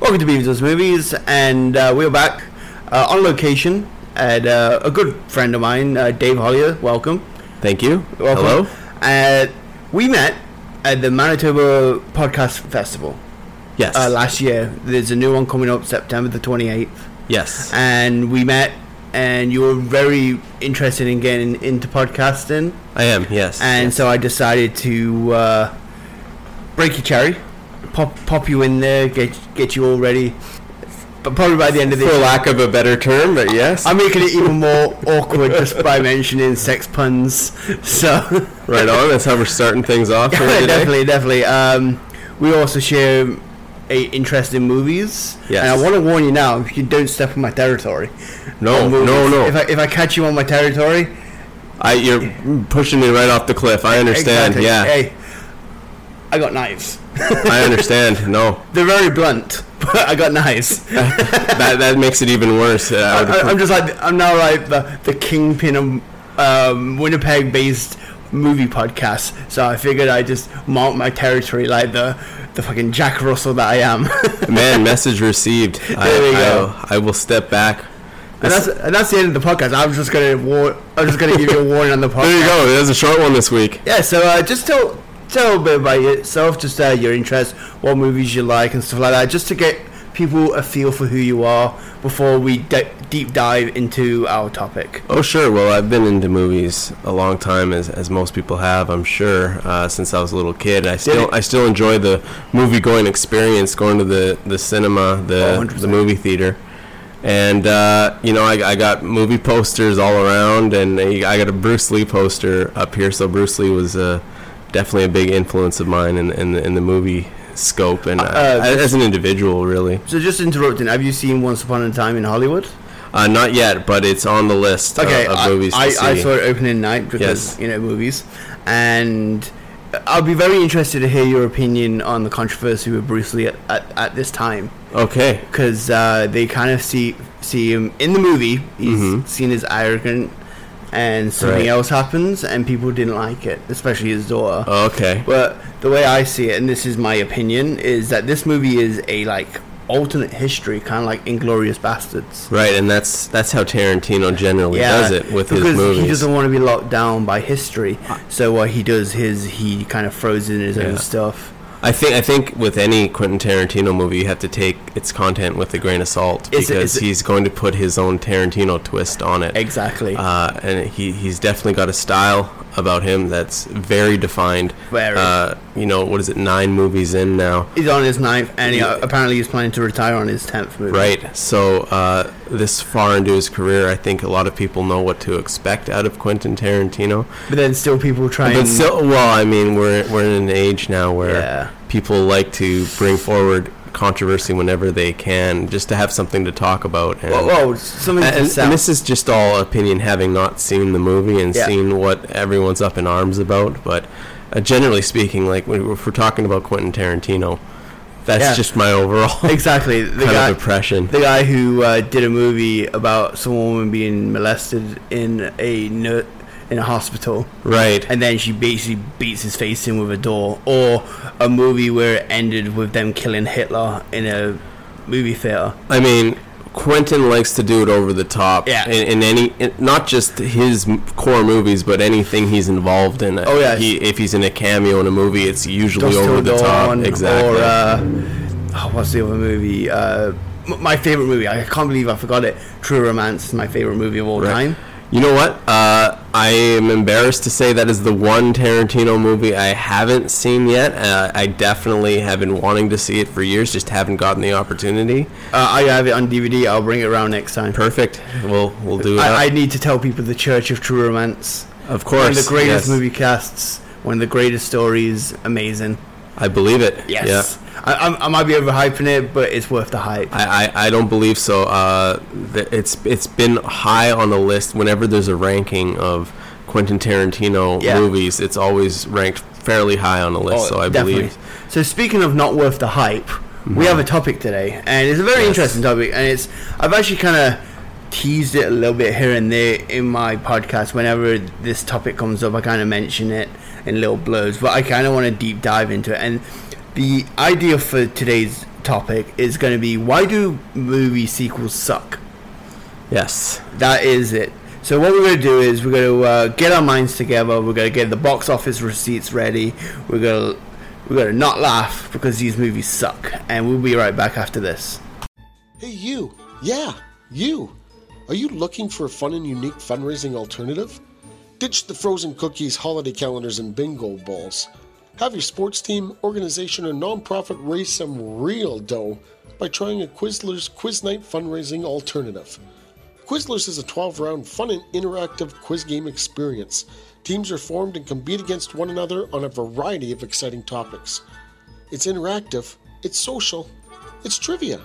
welcome to Beavis Movies, and uh, we're back uh, on location at uh, a good friend of mine, uh, Dave Hollier. Welcome. Thank you. welcome. Hello. Uh, we met at the Manitoba Podcast Festival Yes. uh, last year. There's a new one coming up September the 28th. yes. and we met and you were very interested in getting into podcasting I am. Yes. and so i decided to uh, break your cherry pop pop you in there get get you all ready but probably by the end of for this lack of a better term, but yes. i'm making it even more awkward just by mentioning sex puns so right on. That's how we're starting things off for today. definitely definitely um, we also share a interest in movies Yes. and i want to warn you now if you don't step on my territory No, on no, movies, no. if I, if I catch you on my territory I, you're pushing me right off the cliff. I understand. Exactly. Yeah. Hey, I got knives. I understand. No, They're very blunt, but I got knives. I, that that makes it even worse. Uh, I would- I, am just like I'm now like the, the kingpin of um, Winnipeg-based movie podcasts. So I figured I just mark my territory like the the fucking Jack Russell that I am. man, message received. I, There we I- go. I will step back. and that's and that's the end of the podcast. I'm just gonna war- I'm just gonna give you a warning on the podcast. There you go. That was a short one this week. Yeah. So uh, just tell tell a bit about yourself, just uh, your interests, what movies you like, and stuff like that, just to get people a feel for who you are before we de- deep dive into our topic. Oh sure. Well, I've been into movies a long time, as, as most people have, I'm sure. Uh, since I was a little kid, I still it- I still enjoy the movie going experience, going to the, the Oh, cinema, the 100%. the movie theater, and uh, you know I, I got movie posters all around, and I I got a Bruce Lee poster up here. So Bruce Lee was uh, definitely a big influence of mine in in the, in the movie scope and uh, Uh, as an individual, really. So just interrupting, have you seen Once Upon a Time in Hollywood? Uh, not yet, but it's on the list of- Okay, of, I, movies to I, see. I saw it opening night because Yes. you know movies, and I'll be very interested to hear your opinion on the controversy with Bruce Lee at, at, at this time. okay. because uh, they kind of see see him in the movie. He's Mhm. seen as arrogant, and something Right. Oh. else happens, and people didn't like it, especially his daughter. Okay. But the way I see it, and this is my opinion, is that this movie is a like alternate history, kind of like Inglorious Bastards. Right, and that's that's how Tarantino generally does it with because his movies. Uh, he doesn't want to be locked down by history. So what he does is he kind of throws in his own Yeah. stuff. I think I think with any Quentin Tarantino movie, you have to take its content with a grain of salt It's- because it's- he's going to put his own Tarantino twist on it. Exactly. Uh, and he, he's definitely got a style about him that's very defined. Very. Uh, you know, what is it, nine movies in now? he's on his ninth, and he, apparently he's planning to retire on his tenth movie. Right. So uh, this far into his career, I think a lot of people know what to expect out of Quentin Tarantino. But then still people try But and still, well, I mean, we're we're in an age now where Yeah. people like to bring forward controversy whenever they can, just to have something to talk about. And, Whoa, whoa, something and, to and sell. this is just all opinion, having not seen the movie and Yeah. seen what everyone's up in arms about. But uh, generally speaking, like when- if we're talking about Quentin Tarantino, that's Yeah. just my overall exactly the kind guy, of impression. the guy who uh, did a movie about some woman being molested in a nur- in a hospital, Right. and then she basically beats his face in with a door, or a movie where it ended with them killing Hitler in a movie theater. I mean, Quentin likes to do it over the top. Yeah. In, in any, in, not just his m- core movies, but anything he's involved in. Oh, yeah. He, if he's in a cameo in a movie, it's usually Dust over Till the top. Dawn, exactly. Or uh, oh, what's the other movie? Uh, m- my favorite movie. I can't believe I forgot it. True Romance is my favorite movie of all Right. time. You know what? Uh, I am embarrassed to say that is the one Tarantino movie I haven't seen yet. Uh, I definitely have been wanting to see it for years, just haven't gotten the opportunity. Uh, I have it on DVD. I'll bring it around next time. Perfect. We'll we'll do it. up. I, I need to tell people the Church of True Romance. of One of course. the greatest yes. movie casts. One of the greatest stories. Amazing. I believe it. Yeah. Yes. I, I'm- I might be overhyping it, but it's worth the hype. I, I, I don't believe so. Uh, th- it's it's been high on the list. Whenever there's a ranking of Quentin Tarantino Yeah. Oh, movies, it's always ranked fairly high on the list. so I believe Mhm. So speaking of not worth the hype, we have a topic today, and it's a very Yes. interesting topic, and it's I've actually kind of teased it a little bit here and there in my podcast. Whenever this topic comes up, I kind of mention it in little blurbs, but I kind of want to deep dive into it. And the idea for today's topic is going to be why do movie sequels suck? Yes. That is it. So what we're going to do is we're going to uh, get our minds together. We're going to get the box office receipts ready. We're going to we're going to not laugh because these movies suck, and we'll be right back after this. Hey, you. Yeah, you. Are you looking for a fun and unique fundraising alternative? Ditch the frozen cookies, holiday calendars, and bingo balls. Have your sports team, organization, or nonprofit raise some real dough by trying a Quizlers Quiz Night fundraising alternative. Quizlers is a 12 round fun and interactive quiz game experience. Teams are formed and compete against one another on a variety of exciting topics. It's interactive, it's social, it's trivia.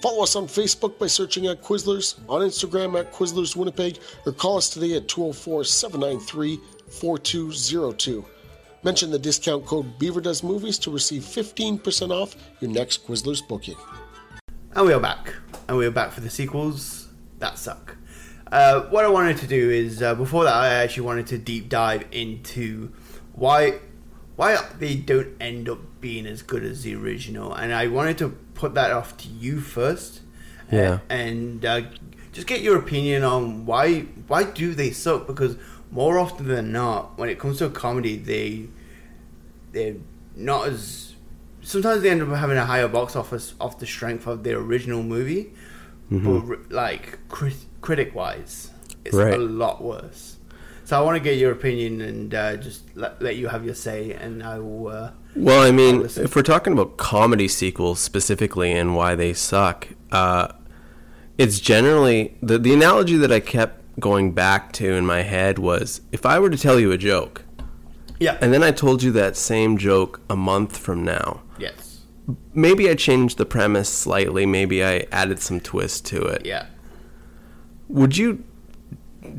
Follow us on Facebook by searching at Quizzlers, on Instagram at Quizzlers Winnipeg, or call us today at 204 793 4202. Mention the discount code Beaver Does Movies to receive 15% off your next Quizzlers booking. And we are back. And we are back for the sequels that suck. Uh, what I wanted to do is uh, before that, I actually wanted to deep dive into why why they don't end up being as good as the original, and I wanted to put that off to you first. Yeah. and uh, just get your opinion on why why do they suck? Because more often than not, when it comes to a comedy, they they're not as sometimes they end up having a higher box office off the strength of their original movie, but r- like crit- critic wise, it's a Mm-hmm. Right. lot worse. So I want to get your opinion and uh, just let, let you have your say, and I will. Uh, Well, I mean, listen. if we're talking about comedy sequels specifically and why they suck, uh, it's generally the, the analogy that I kept going back to in my head was if I were to tell you a joke yeah. and then I told you that same joke a month from now, yes. maybe I changed the premise slightly, maybe I added some twist to it. Yeah. Would you,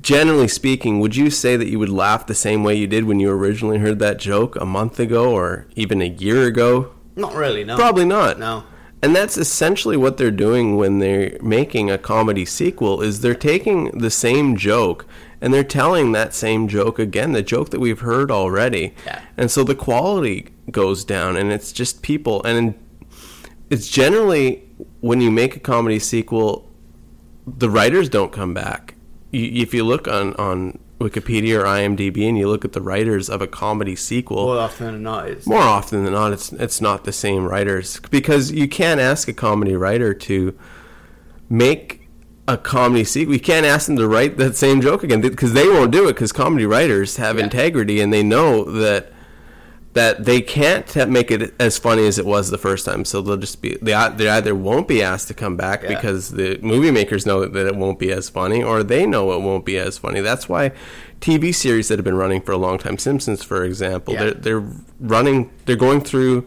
generally speaking, would you say that you would laugh the same way you did when you originally heard that joke a month ago or even a year ago? Not really. No. Probably not. No. And that's essentially what they're doing when they're making a comedy sequel is they're taking the same joke and they're telling that same joke again, the joke that we've heard already. Yeah. And so the quality goes down and it's just people and it's generally when you make a comedy sequel the writers don't come back. You, if you look on on Wikipedia or IMDb and you look at the writers of a comedy sequel, More often than not, it's more often than not it's it's not the same writers because you can't ask a comedy writer to make a comedy sequel. You can't ask them to write that same joke again because they won't do it because comedy writers have Yeah. integrity and they know that that they can't t- make it as funny as it was the first time. So they'll just be they, ei- they either won't be asked to come back Yeah. because the movie makers know that it won't be as funny or they know it won't be as funny. That's why TV series that have been running for a long time, Simpsons for example, Yeah. they're they're running they're going through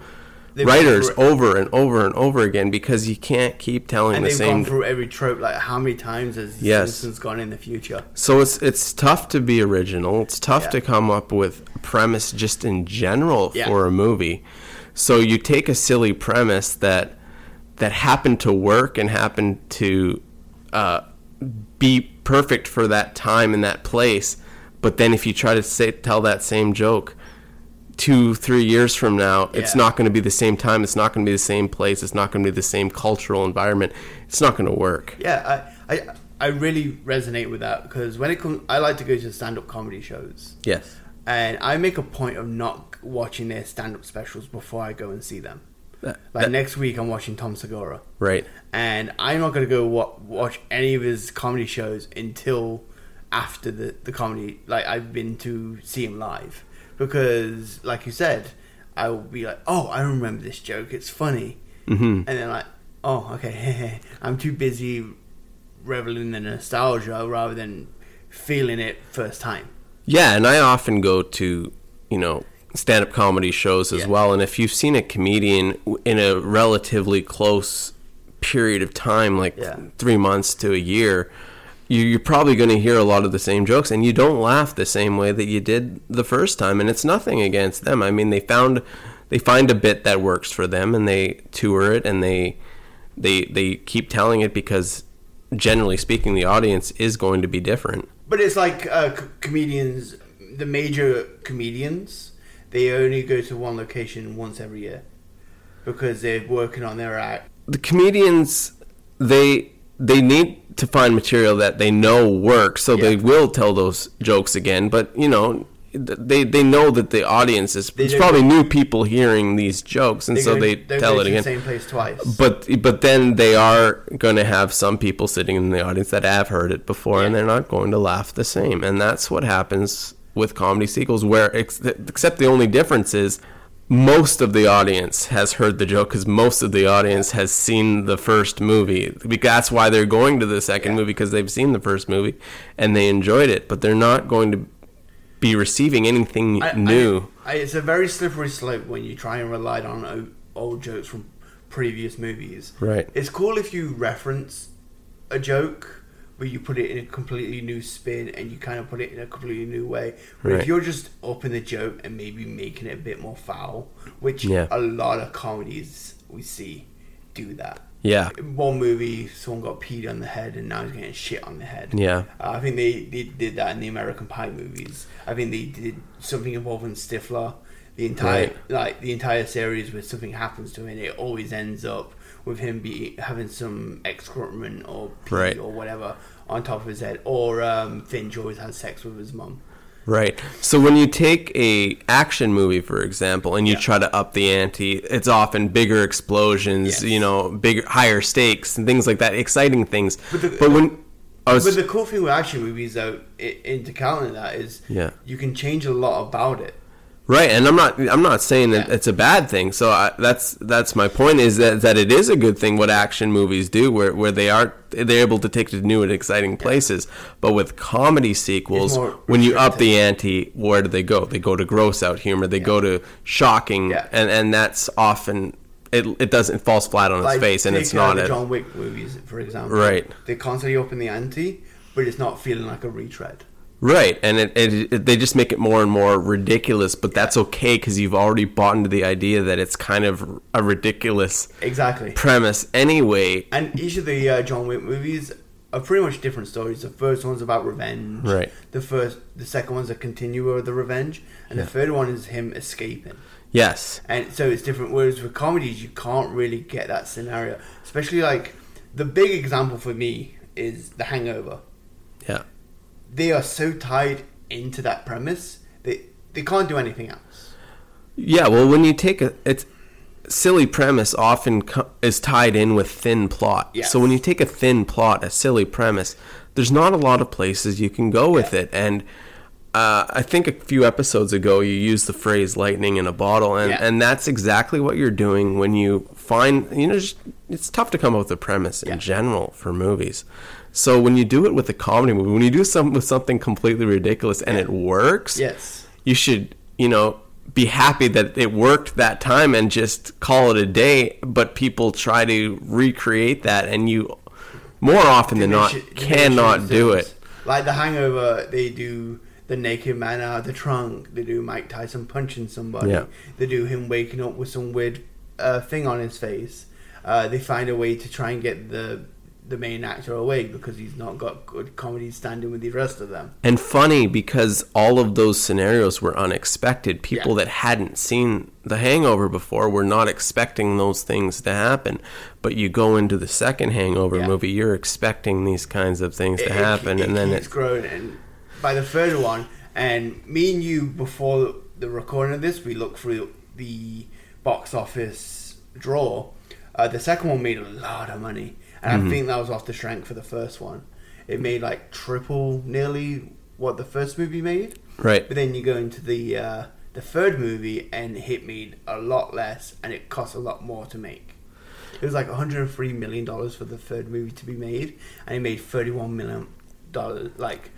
They've writers gone through- over and over and over again because you can't keep telling and the they've same gone through every trope. Like how many times has The Yes. Simpsons gone in the future? So it's it's tough to be original. It's tough Yeah. to come up with a premise just in general Yeah. for a movie. So you take a silly premise that that happened to work and happened to uh, be perfect for that time and that place, but then if you try to say, tell that same joke two three years from now, it's Yeah. not going to be the same time. It's not going to be the same place. It's not going to be the same cultural environment. It's not going to work. Yeah, I, I, I really resonate with that because when it comes, I like to go to stand-up comedy shows, Yes. and I make a point of not watching their stand-up specials before I go and see them. That- Like that- next week, I'm watching Tom Segura, Right. and I'm not going to go wa- watch any of his comedy shows until after the the comedy. Like I've been to see him live because, like you said, I will be like, oh, I remember this joke. It's funny, mm-hmm. and then like, oh, okay, I'm too busy reveling in the nostalgia rather than feeling it first time. Yeah, and I often go to, you know, stand up comedy shows as Yeah. well. And if you've seen a comedian w- in a relatively close period of time, like Yeah. three months to a year, you, you're probably going to hear a lot of the same jokes and you don't laugh the same way that you did the first time. And it's nothing against them. I mean, they found. They find a bit that works for them, and they tour it, and they they they keep telling it because, generally speaking, the audience is going to be different. But it's like uh, c- comedians, the major comedians, they only go to one location once every year. because they're working on their act. the comedians they they need to find material that they know works so they will tell those jokes again but you know th- they they know that the audience is it's don't- probably new people hearing these jokes and They're so going- they they're tell going it to again The same place twice. but but then they are going to have some people sitting in the audience that have heard it before, and they're not going to laugh the same. And that's what happens with comedy sequels, where ex- except the only difference is most of the audience has heard the joke because most of the audience has seen the first movie. Because that's why they're going to the second movie because they've seen the first movie and they enjoyed it, but they're not going to be receiving anything I- I- new. I- it's a very slippery slope when you try and rely on o- old jokes from previous movies. Right. It's cool if you reference a joke, but you put it in a completely new spin and you kind of put it in a completely new way. But Right. if you're just upping the joke and maybe making it a bit more foul, which Yeah. a lot of comedies we see do that. yeah. In one movie, someone got peed on the head and now he's getting shit on the head. Yeah. Uh, I think they, they did that in the American Pie movies. I think they did something involving Stifler. The entire Right. like the entire series where something happens to him, and it always ends up with him be having some excrement or pee Right. or whatever on top of his head. Or um, Finch always has sex with his mum. Right. So when you take a action movie, for example, and you try to up the ante, it's often bigger explosions, Yes. you know, bigger, higher stakes, and things like that, exciting things. But, the- when I was But the cool thing with action movies, though, i- into counting that is, Yeah. you can change a lot about it. right, and I'm not, I'm not saying that Yeah. it's a bad thing. So I, that's that's my point is that, that it is a good thing what action movies do, where where they are they're able to take it to new and exciting places. But with comedy sequels, more when you up the ante, where do they go? They go to gross out humor. They go to shocking, Yeah. and and that's often it. It doesn't it falls flat on its face, and take, it's uh, not the it. John Wick movies, for example. Right. They constantly open the ante, but it's not feeling like a retread. Right, and it, it, it they just make it more and more ridiculous, but that's okay because you've already bought into the idea that it's kind of a ridiculous Exactly. premise anyway. And each of the uh, John Wick movies are pretty much different stories. The first one's about revenge. Right. The first, the second one's a continuer of the revenge, and the third one is him escaping. Yes, and so it's different. Whereas with comedies, you can't really get that scenario, especially like the big example for me is The Hangover. yeah, They are so tied into that premise that they can't do anything else. yeah. Well, when you take a it's silly premise, often co- is tied in with thin plot. Yes. So when you take a thin plot, a silly premise, there's not a lot of places you can go with it, and. Uh, I think a few episodes ago you used the phrase "lightning in a bottle," and, Yeah. and that's exactly what you're doing when you find you know just, it's tough to come up with a premise in general for movies. So when you do it with a comedy movie, when you do some with something completely ridiculous and it works, Yes. you should you know be happy that it worked that time and just call it a day. But people try to recreate that, and you more often than not Diminishing- cannot diminishing do returns. it. Like The Hangover, they do the naked man out of the trunk. They do Mike Tyson punching somebody. Yeah. They do him waking up with some weird uh, thing on his face. Uh, they find a way to try and get the the main actor away because he's not got good comedy standing with the rest of them. and funny because all of those scenarios were unexpected. People Yeah. that hadn't seen The Hangover before were not expecting those things to happen. But you go into the second Hangover Yeah. movie, you're expecting these kinds of things to it- happen, it- and then it keeps it's growing. And by the third one, and me and you before the recording of this, we looked through the box office draw. Uh, the second one made a lot of money, and Mm-hmm. I think that was off the strength for the first one. It made like triple, nearly what the first movie made. Right. But then you go into the uh, the third movie, and it made a lot less, and it cost a lot more to make. It was like 103 million dollars for the third movie to be made, and it made 31 million dollars like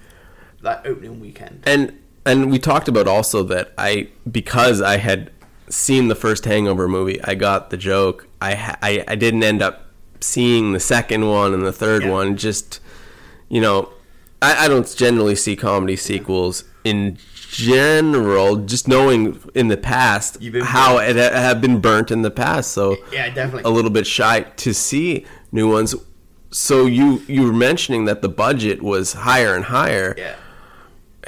like opening weekend. and and we talked about also that I because I had seen the first Hangover movie, I got the joke. I ha- I, I didn't end up seeing the second one and the third Yeah. one. Just you know, I, I don't generally see comedy sequels in general. Just knowing in the past You've been how it ha- have been burnt in the past, so Yeah, definitely. a little bit shy to see new ones. So you you were mentioning that the budget was higher and higher Yeah,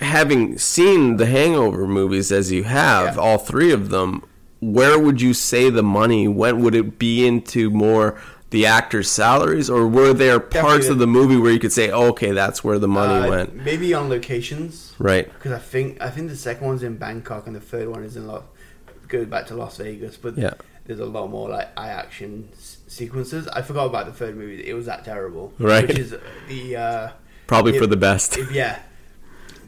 having seen the Hangover movies as you have, Yeah. all three of them, where would you say the money went? Would it be into more the actors' salaries, or were there parts Definitely. of the movie where you could say, oh, "Okay, that's where the money Uh, went"? Maybe on locations. Right. Because I think I think the second one's in Bangkok and the third one is in Los. Go back to Las Vegas, but Yeah. there's a lot more like eye action s- sequences. I forgot about the third movie; it was that terrible, Right. Which is the uh, Probably it- for the best. it- yeah,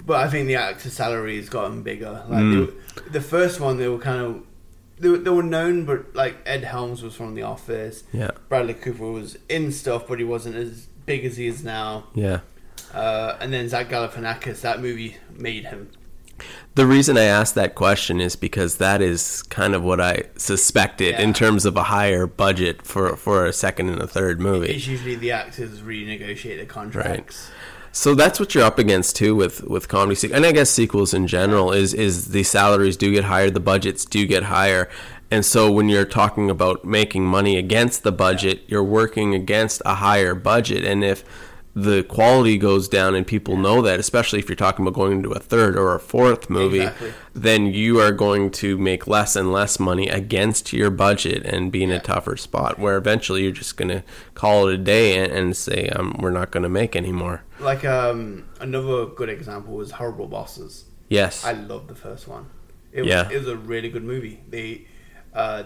but I think the actor salary has gotten bigger. Like Hmm. they were- the first one, they were kind of they were, they were known, but like Ed Helms was from The Office. Yeah. Bradley Cooper was in stuff, but he wasn't as big as he is now. yeah. Uh, and then Zach Galifianakis, that movie made him. The reason I asked that question is because that is kind of what I suspected Yeah. in terms of a higher budget for, for a second and a third movie. It's usually the actors renegotiate the contracts. So that's what you're up against too with, with comedy sequels, and I guess sequels in general is is the salaries do get higher, the budgets do get higher, and so when you're talking about making money against the budget, you're working against a higher budget, and if the quality goes down and people know that, especially if you're talking about going into a third or a fourth movie, Exactly. then you are going to make less and less money against your budget and be in a tougher spot where eventually you're just going to call it a day and, and say um, we're not going to make anymore. Like um, another good example was Horrible Bosses. Yes. I love the first one. It was, Yeah. it was a really good movie. They, uh,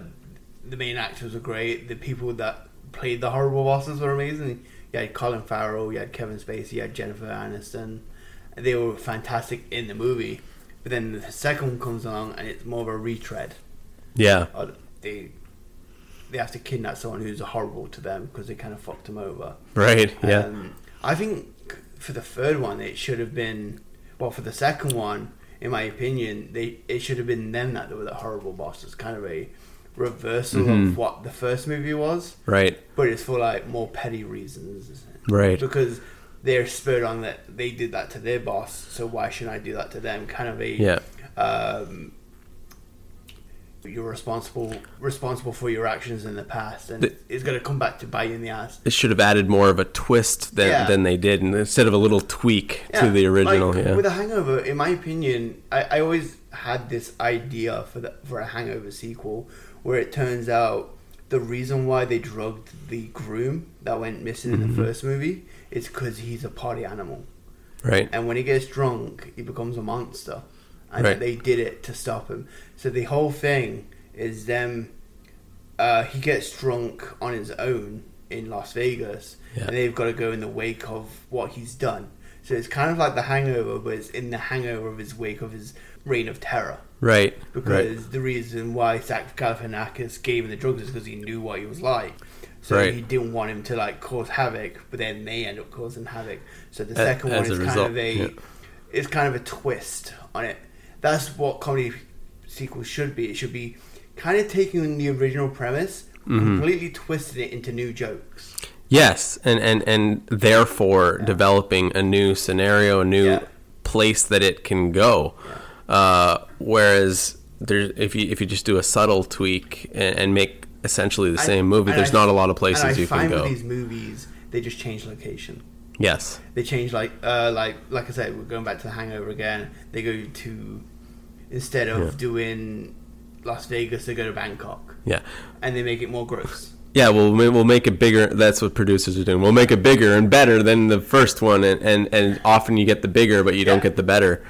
the main actors were great. The people that played the horrible bosses were amazing. You had Colin Farrell, you had Kevin Spacey, you had Jennifer Aniston. They were fantastic in the movie. But then the second one comes along and it's more of a retread. yeah. Uh, They they have to kidnap someone who's horrible to them because they kind of fucked them over. Right. Yeah. Um, I think for the third one, it should have been. Well, for the second one, in my opinion, they it should have been them that were the horrible bosses. Kind of a reversal Mm-hmm. of what the first movie was, right. but it's for like more petty reasons, Right. Because they're spurred on that they did that to their boss, so why should I do that to them? Kind of a Yeah. Um, you're responsible responsible for your actions in the past, and The- it's going to come back to bite you in the ass. It should have added more of a twist than, Yeah. than they did, and instead of a little tweak to the Yeah, original. like, yeah. With a hangover, in my opinion, I, I always had this idea for the, for a hangover sequel where it turns out the reason why they drugged the groom that went missing Mm-hmm. in the first movie is because he's a party animal. right. And when he gets drunk, he becomes a monster. And Right. they did it to stop him. So the whole thing is them. Uh, he gets drunk on his own in Las Vegas, Yeah. and they've got to go in the wake of what he's done. So it's kind of like the hangover, but it's in the hangover of his wake of his reign of terror. right. Because right. the reason why Zach Galifianakis gave him the drugs is because he knew what he was like. So Right. he didn't want him to like cause havoc, but then they end up causing havoc. So the A- second one as is a kind result, of a yeah. it's kind of a twist on it. That's what comedy sequels should be. It should be kind of taking the original premise, Mm-hmm. completely twisting it into new jokes. Yes, and and and therefore developing a new scenario, a new Yeah. place that it can go. Uh, whereas there, if you if you just do a subtle tweak and, and make essentially the I- same movie, and there's I- not a lot of and I places you can find go. With these movies, they just change location. yes, they change like uh like like I said, we're going back to the Hangover again. They go to instead of doing Las Vegas, they go to Bangkok, yeah, and they make it more gross. yeah. We'll ma- we'll make it bigger. That's what producers are doing. We'll make it bigger and better than the first one, and and, and often you get the bigger, but you don't Yeah. get the better.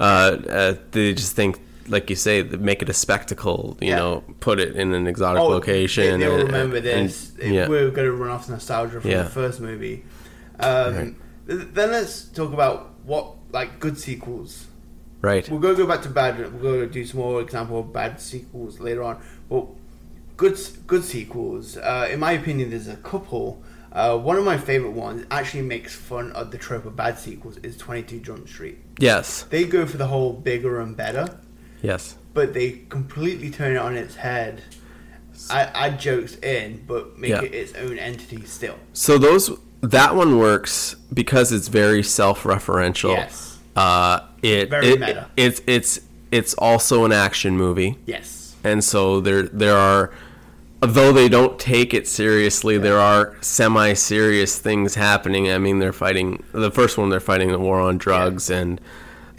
Uh, uh, they just think. Like you say, th- make it a spectacle. You Yeah. know, put it in an exotic location. Oh, They, they'll and- remember and- this. and- yeah. We're going to run off nostalgia from Yeah. the first movie. Um, th- Then let's talk about what like good sequels. Right. We're going to go back to bad. We're going to do some more example of bad sequels later on. But good, s- good sequels. Uh, in my opinion, there's a couple. Uh, one of my favorite ones actually makes fun of the trope of bad sequels is 22 Jump Street. Yes. They go for the whole bigger and better, Yes. but they completely turn it on its head. I add jokes in, but make Yeah. it its own entity still. So those that one works because it's very self-referential. Yes. Uh, it, Very it- meta. it's it's it's also an action movie, Yes. and so there there are. Though they don't take it seriously, there are semi-serious things happening. I mean, they're fighting the first one. They're fighting the war on drugs, and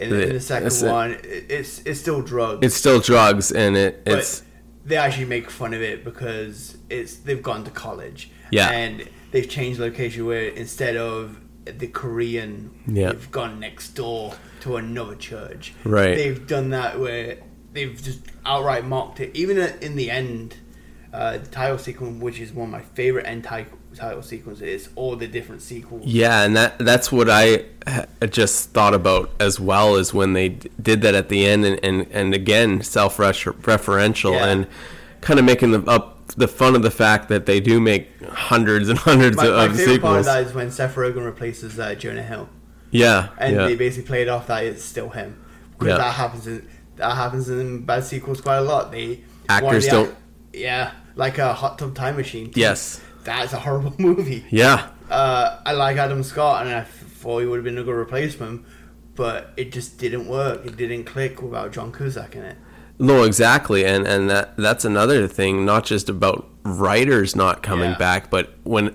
In the, in The- the second that's it. one, it, it's it's still drugs. it's still drugs, and it it's but they actually make fun of it because it's they've gone to college. Yeah. And they've changed location where instead of the Korean, Yeah. they've gone next door to another church. Right. They've done that where they've just outright mocked it. Even in the end, uh, the title sequence, which is one of my favorite end ti- title sequences, is all the different sequels. Yeah, and that that's what I ha- just thought about as well is when they d- did that at the end and and, and again self-referential Yeah. and kind of making the up the fun of the fact that they do make hundreds and hundreds My, of, my of favorite part of uh, sequels. that is when Seth Rogen replaces uh, Jonah Hill. yeah, and yeah. they basically played off that it's still him because Yeah. that happens in that happens in bad sequels quite a lot. They Actors one of the don't- ac- yeah, like a hot tub time machine. Yes. that's a horrible movie. yeah. Uh, I like Adam Scott, and I thought he would have been a good replacement, but it just didn't work. It didn't click without John Cusack in it. No, exactly, and and that that's another thing. Not just about writers not coming Yeah. back, but when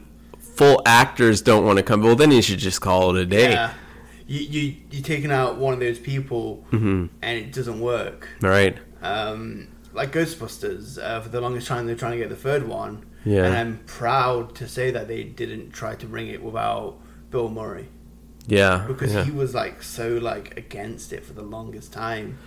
full actors don't want to come. Well, then you should just call it a day. Yeah. You, you you're taking out one of those people, Mm-hmm. and it doesn't work. All right. um, like Ghostbusters. Uh, for the longest time, they're trying to get the third one. Yeah. And I'm proud to say that they didn't try to bring it without Bill Murray Yeah. because yeah. he was like so like against it for the longest time.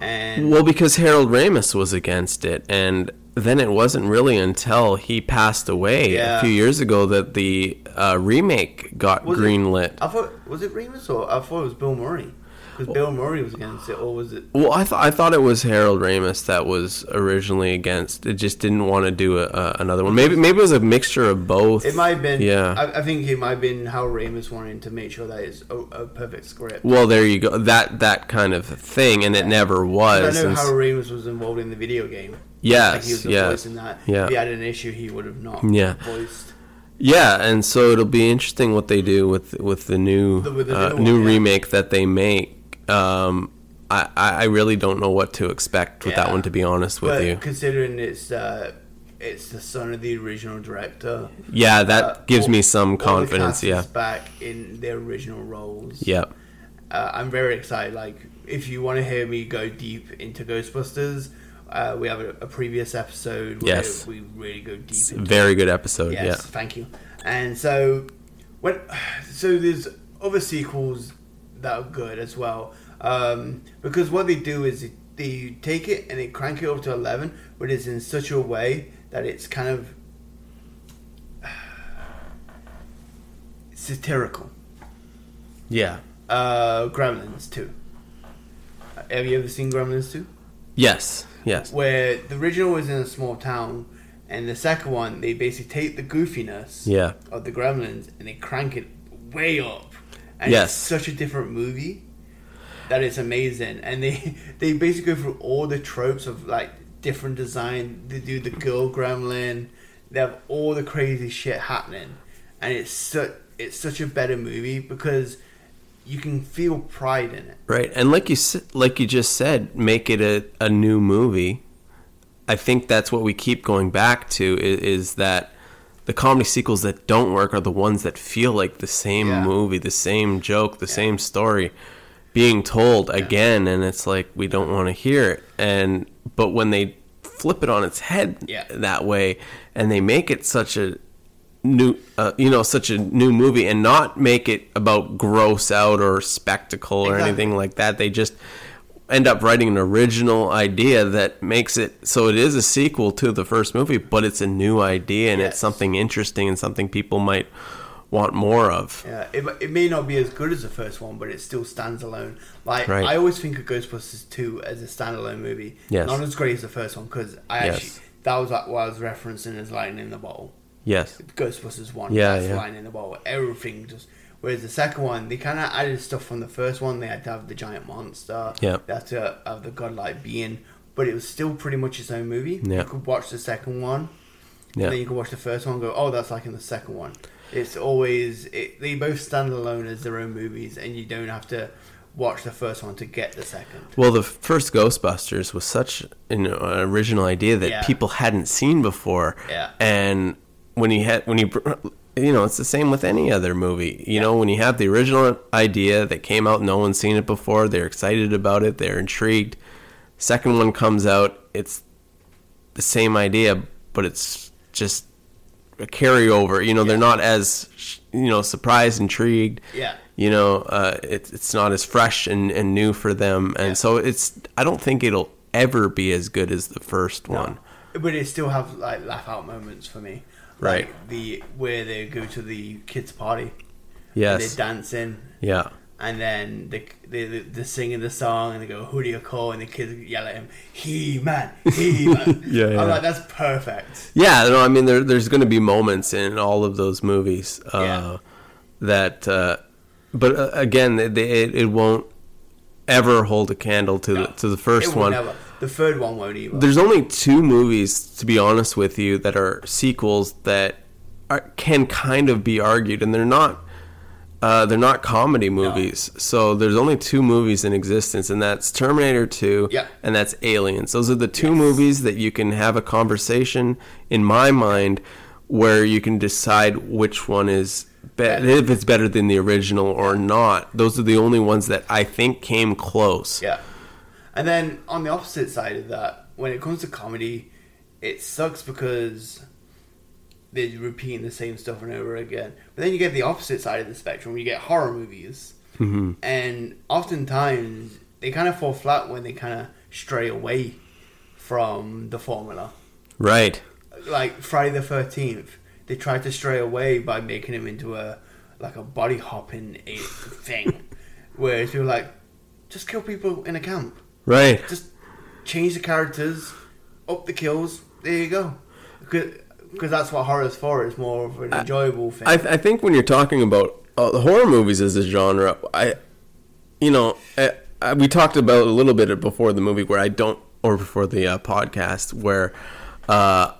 And Well, because Harold Ramis was against it, and then it wasn't really until he passed away Yeah. a few years ago that the uh, remake got Was it- greenlit. I thought was it Remus or I thought it was Bill Murray because Bill Murray was against it or was it? Well, I thought I thought it was Harold Ramis that was originally against. It just didn't want to do a, a, another one. Maybe maybe it was a mixture of both. It might have been. Yeah. I, I think it might have been how Remus wanted to make sure that it's a, a perfect script. well, there you go. That that kind of thing, and it never I was. know And s- how Remus was involved in the video game. Yes, like he was the yes, voice in that. yeah. If he had an issue, he would have not Yeah. voiced. yeah, and so it'll be interesting what they do with with the new The- with the uh, new new, one, yeah. remake that they make. Um, I I I really don't know what to expect with that Yeah. one. To be honest with but you, considering it's uh, it's the son of the original director, uh, yeah, that gives all- me some all the confidence. cast Yeah, is back in their original roles. yeah, uh, I'm very excited. Like, if you want to hear me go deep into Ghostbusters, uh, we have a, a previous episode where Yes. we really go deep. It's a into very good episode. Yes, Yeah. thank you. And so, when so there's other sequels that are good as well, um, because what they do is they, they take it and they crank it up to eleven, but it's in such a way that it's kind of satirical. Yeah. Uh, Gremlins two. Have you ever seen Gremlins two? Yes. Yes. Where the original was in a small town, and the second one they basically take the goofiness Yeah. of the Gremlins and they crank it way up. And Yes. it's such a different movie that it's amazing. And they they basically go through all the tropes of like different design. They do the girl gremlin. They have all the crazy shit happening, and it's such it's such a better movie because you can feel pride in it. Right. And like you s- like you just said, make it a, a new movie. I think that's what we keep going back to is, is that the comedy sequels that don't work are the ones that feel like the same Yeah. movie, the same joke, the same story being told again and it's like we don't want to hear it. And but when they flip it on its head Yeah. that way and they make it such a new uh, you know such a new movie and not make it about gross out or spectacle or Exactly. anything like that they just end up writing an original idea that makes it so it is a sequel to the first movie but it's a new idea and it's Yes. something interesting and something people might want more of Yeah, it, it may not be as good as the first one, but it still stands alone. Like Right. I always think of Ghostbusters two as a standalone movie. Yes. not as great as the first one because I Yes. actually that was like what I was referencing as lightning in the bottle. yes Ghostbusters one, Yeah, that's yeah. lightning in the bottle. Everything just. Whereas the second one, they kind of added stuff from the first one. They had to have the giant monster. Yeah. They had to have the godlike being, but it was still pretty much its own movie. Yeah. You could watch the second one. yeah And then you can watch the first one and go, oh, that's like in the second one. It's always, it, they both stand alone as their own movies, and you don't have to watch the first one to get the second. Well, the first Ghostbusters was such an uh, original idea that Yeah. people hadn't seen before. Yeah. And when you had when you br- you know, it's the same with any other movie. You know, when you have the original idea that came out, no one's seen it before, they're excited about it, they're intrigued. Second one comes out, it's the same idea, but it's just a carryover. You know, they're not as you know surprised, intrigued. Yeah. You know, uh, it, it's not as fresh and, and new for them, and so it's. I don't think it'll ever be as good as the first one. but it still have like laugh out moments for me. Right. Like the where they go to the kids' party. And Yes. they're dancing, Yeah. and then the the the singing the song, and they go, "Who do you call?" And the kids yell at him, "He man, he man." Yeah, yeah. I'm like, that's perfect. Yeah, no, I mean there, there's going to be moments in all of those movies uh, that, uh, but uh, again, they, they, it, it won't ever hold a candle to the, to the first It will one. never- The third one won't either. There's only two movies, to be honest with you, that are sequels that are, can kind of be argued, and they're not. Uh, they're not comedy movies, so there's only two movies in existence, and that's Terminator 2 Yeah. and that's Aliens. Those are the two movies that you can have a conversation in my mind where you can decide which one is better, if it's better than the original or not. Those are the only ones that I think came close. Yeah. And then on the opposite side of that, when it comes to comedy, it sucks because they're repeating the same stuff and over again. But then you get the opposite side of the spectrum. You get horror movies, and oftentimes they kind of fall flat when they kind of stray away from the formula. Right. Like Friday the Thirteenth, they tried to stray away by making him into a like a body hopping a- thing, whereas people were like, just kill people in a camp Right. just change the characters, up the kills. There you go. Because that's what horror is for. It's more of an enjoyable thing. I, I think when you're talking about uh, the horror movies as a genre, I, you know, I, I, we talked about a little bit before the movie where I don't, or before the uh, podcast where uh,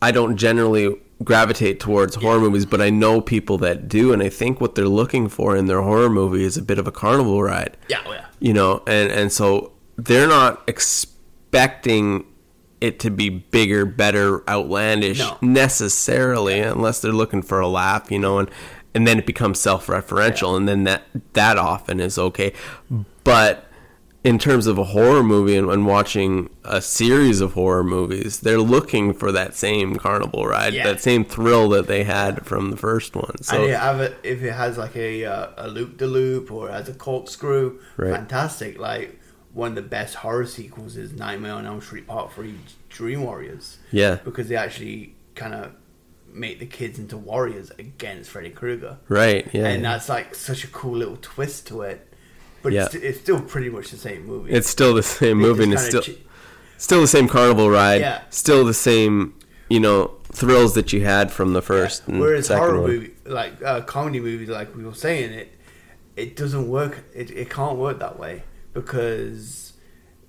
I don't generally gravitate towards horror movies, but I know people that do, and I think what they're looking for in their horror movie is a bit of a carnival ride yeah, oh yeah. you know and and so they're not expecting it to be bigger better outlandish No. necessarily unless they're looking for a laugh you know and and then it becomes self-referential and then that that often is okay but in terms of a horror movie and, and watching a series of horror movies they're looking for that same carnival ride Yeah. that same thrill that they had from the first one so and it have a, if it has like a uh, a loop de loop or has a corkscrew, Right. fantastic. Like one of the best horror sequels is Nightmare on Elm Street Part Three: Dream Warriors. Yeah. because they actually kind of make the kids into warriors against Freddy Krueger. right yeah and uh, yeah. that's like such a cool little twist to it. But Yeah. it's, it's still pretty much the same movie. it's still the same They movie and it's just still kinda ch- still the same carnival ride. Yeah. Still the same, you know, thrills that you had from the first and Whereas second horror one. movie, like uh, comedy movies, like we were saying, it it doesn't work. It it can't work that way because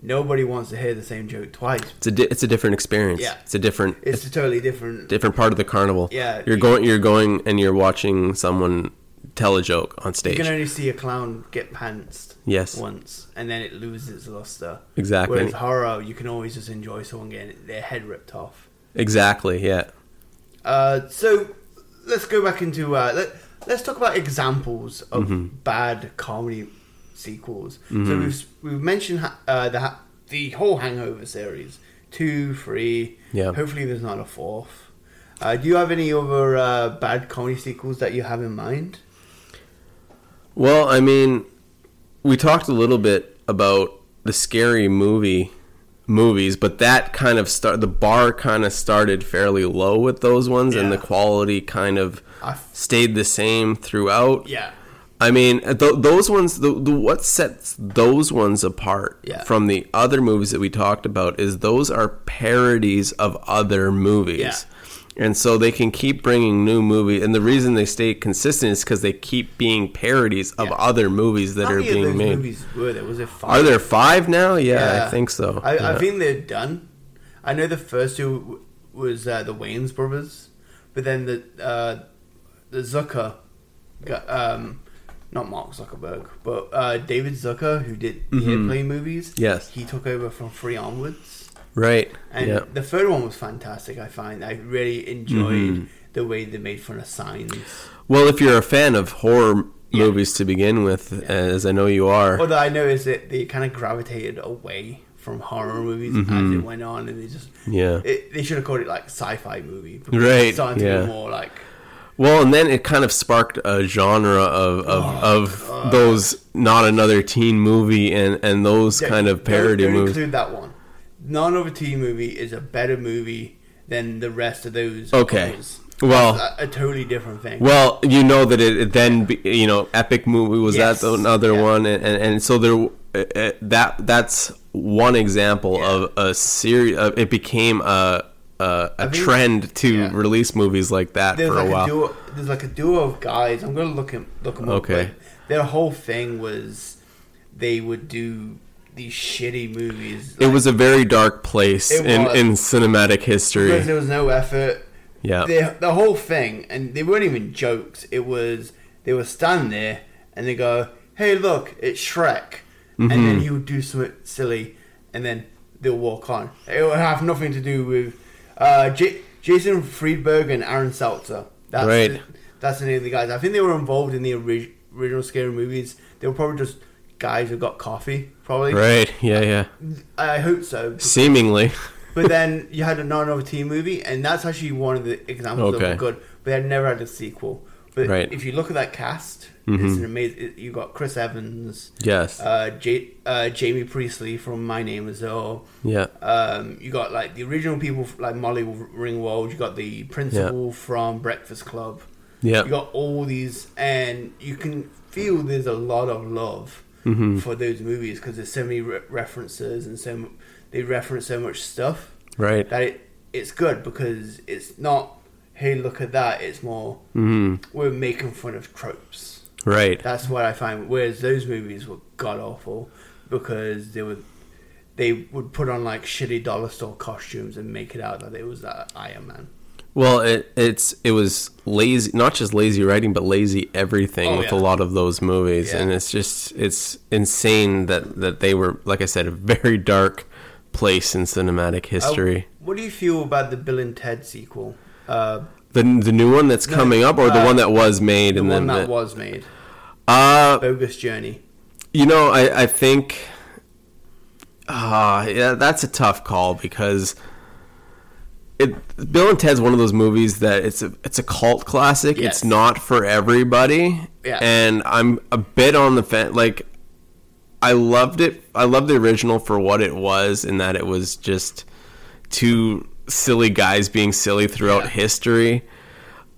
nobody wants to hear the same joke twice. It's a di- it's a different experience. Yeah. It's a different It's a totally different. different part of the carnival. Yeah, You're you- going you're going and you're watching someone tell a joke on stage. You can only see a clown get pantsed. Yes. Once, and then it loses its luster. Exactly. Whereas horror, you can always just enjoy someone getting their head ripped off. exactly. Yeah. Uh, so let's go back into uh, let, let's talk about examples of Mm-hmm. bad comedy sequels. So we've we've mentioned ha- uh, the ha- the whole Hangover series, two, three. Yeah. Hopefully, there's not a fourth. Uh, do you have any other uh, bad comedy sequels that you have in mind? Well, I mean, we talked a little bit about the scary movie movies, but that kind of start the bar kind of started fairly low with those ones, and Yeah. the quality kind of I f- stayed the same throughout. Yeah. I mean, th- those ones. The, the what sets those ones apart Yeah. from the other movies that we talked about is those are parodies of other movies. Yeah. And so they can keep bringing new movies, and the reason they stay consistent is because they keep being parodies of Yeah. other movies that How are many of being those made. movies were there? Was it five? Are there five now? Yeah, Yeah. I think so. Uh, I, Yeah. I think they're done. I know the first two w- was uh, the Wayans brothers, but then the uh, the Zucker, got, um, not Mark Zuckerberg, but uh, David Zucker, who did the Airplane movies. Mm-hmm. Yes. he took over from Free onwards, right. and yeah. the third one was fantastic. I find I really enjoyed Mm-hmm. the way they made fun of signs. Well, if you're a fan of horror movies to begin with, as I know you are, Although I noticed that they kind of gravitated away from horror movies as it went on, and they just Mm-hmm. Yeah. it, they should have called it like sci-fi movie. because Right, it's starting to yeah. be more like Well, and then it kind of sparked a genre of Oh, of, of those not another teen movie and and those kind of Don't- parody don't movies. Include that one. Non over teen movie is a better movie than the rest of those. uh, Okay. others. Well- That's a, a totally different thing. Well, you know that it, it then be, you know epic movie was Yes, that another yeah. one, and, and, and so there uh, uh, that that's one example of a series. Uh, it became a a, a think- trend to yeah. release movies like that there's for like a while. duo, there's like a duo of guys. I'm gonna look him look him up. Okay. but Their whole thing was they would do these shitty movies. it was a very dark place It in, was. in cinematic because history. there was no effort. Yeah. The, the whole thing, and they weren't even jokes. It was they were standing there and they go, "Hey, look, it's Shrek," and Mm-hmm. then he would do something silly, and then they'll walk on. It would have nothing to do with uh, J- Jason Friedberg and Aaron Seltzer. That's Right. The, that's the name of the guys. I think they were involved in the ori- original scary movies. They were probably just guys who got coffee. Probably. Right? Yeah, yeah. I hope so. Seemingly. But then you had a non team movie, and that's actually one of the examples Okay. of good. But they never had a sequel. But Right. Mm-hmm. if you look at that cast, it's an amazing. You got Chris Evans, Yes. uh, J- uh, Jamie Priestley from My Name Is Earl. yeah. Um, you got like the original people f- like Molly Ringwald. You got the principal from Breakfast Club. Yeah. You got all these, and you can feel there's a lot of love for those movies because there's so many re- references and so m- they reference so much stuff Right. that it, it's good because it's not hey look at that. It's more we're making fun of tropes. Right. That's what I find. Whereas those movies were god awful because they were they would put on like shitty dollar store costumes and make it out that it was uh, Iron Man. Well, it, it's it was lazy, not just lazy writing, but lazy everything Oh, with yeah. a lot of those movies, Yeah. and it's just it's insane that that they were, like I said, a very dark place in cinematic Uh, history. what do you feel about the Bill and Ted sequel? Uh, the the new one that's coming up, or the uh, one that was made, the and one then that the- was made, uh, Bogus Journey. You know, I, I think ah, yeah, that's a tough call because it Bill and Ted's one of those movies that it's a it's a cult classic. Yes. It's not for everybody. Yeah. And I'm a bit on the fence like I loved it. I loved the original for what it was in that it was just two silly guys being silly throughout Yeah. history.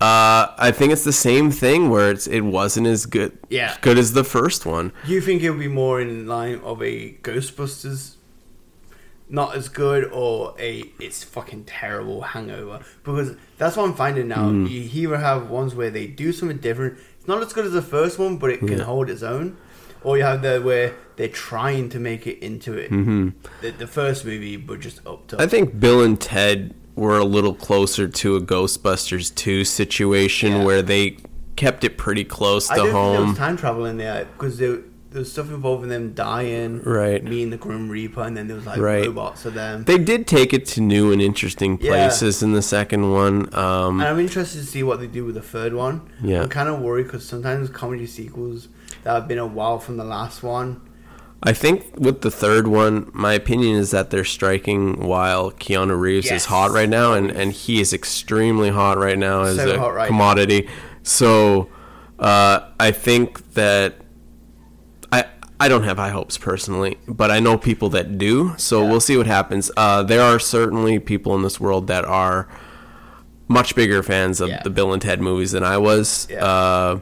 Uh, I think it's the same thing where it's it wasn't as good Yeah. good as the first one. Do you think it would be more in line of a Ghostbusters, not as good, or a it's fucking terrible Hangover? Because that's what I'm finding now. Mm. You either have ones where they do something different. It's not as good as the first one, but it can hold its own. Or you have the where they're trying to make it into it. Mm-hmm. The, the first movie, but just up to I think Bill and Ted were a little closer to a Ghostbusters 2 situation Yeah. where they kept it pretty close I to don't think there home. was time travel in there because there, there was stuff involving them dying, Right. Meeting the Grim Reaper, and then there was like Right. robots of them. They did take it to new and interesting Yeah. places in the second one. Um, And I'm interested to see what they do with the third one. Yeah. I'm kind of worried because sometimes comedy sequels that have been a while from the last one. I think with the third one, my opinion is that they're striking while Keanu Reeves Yes. is hot right now, and, and he is extremely hot right now as So a hot right commodity. So uh, I think that I I don't have high hopes personally, but I know people that do. So we'll see what happens. Uh, there are certainly people in this world that are much bigger fans of Yeah. the Bill and Ted movies than I was. Yeah. Uh,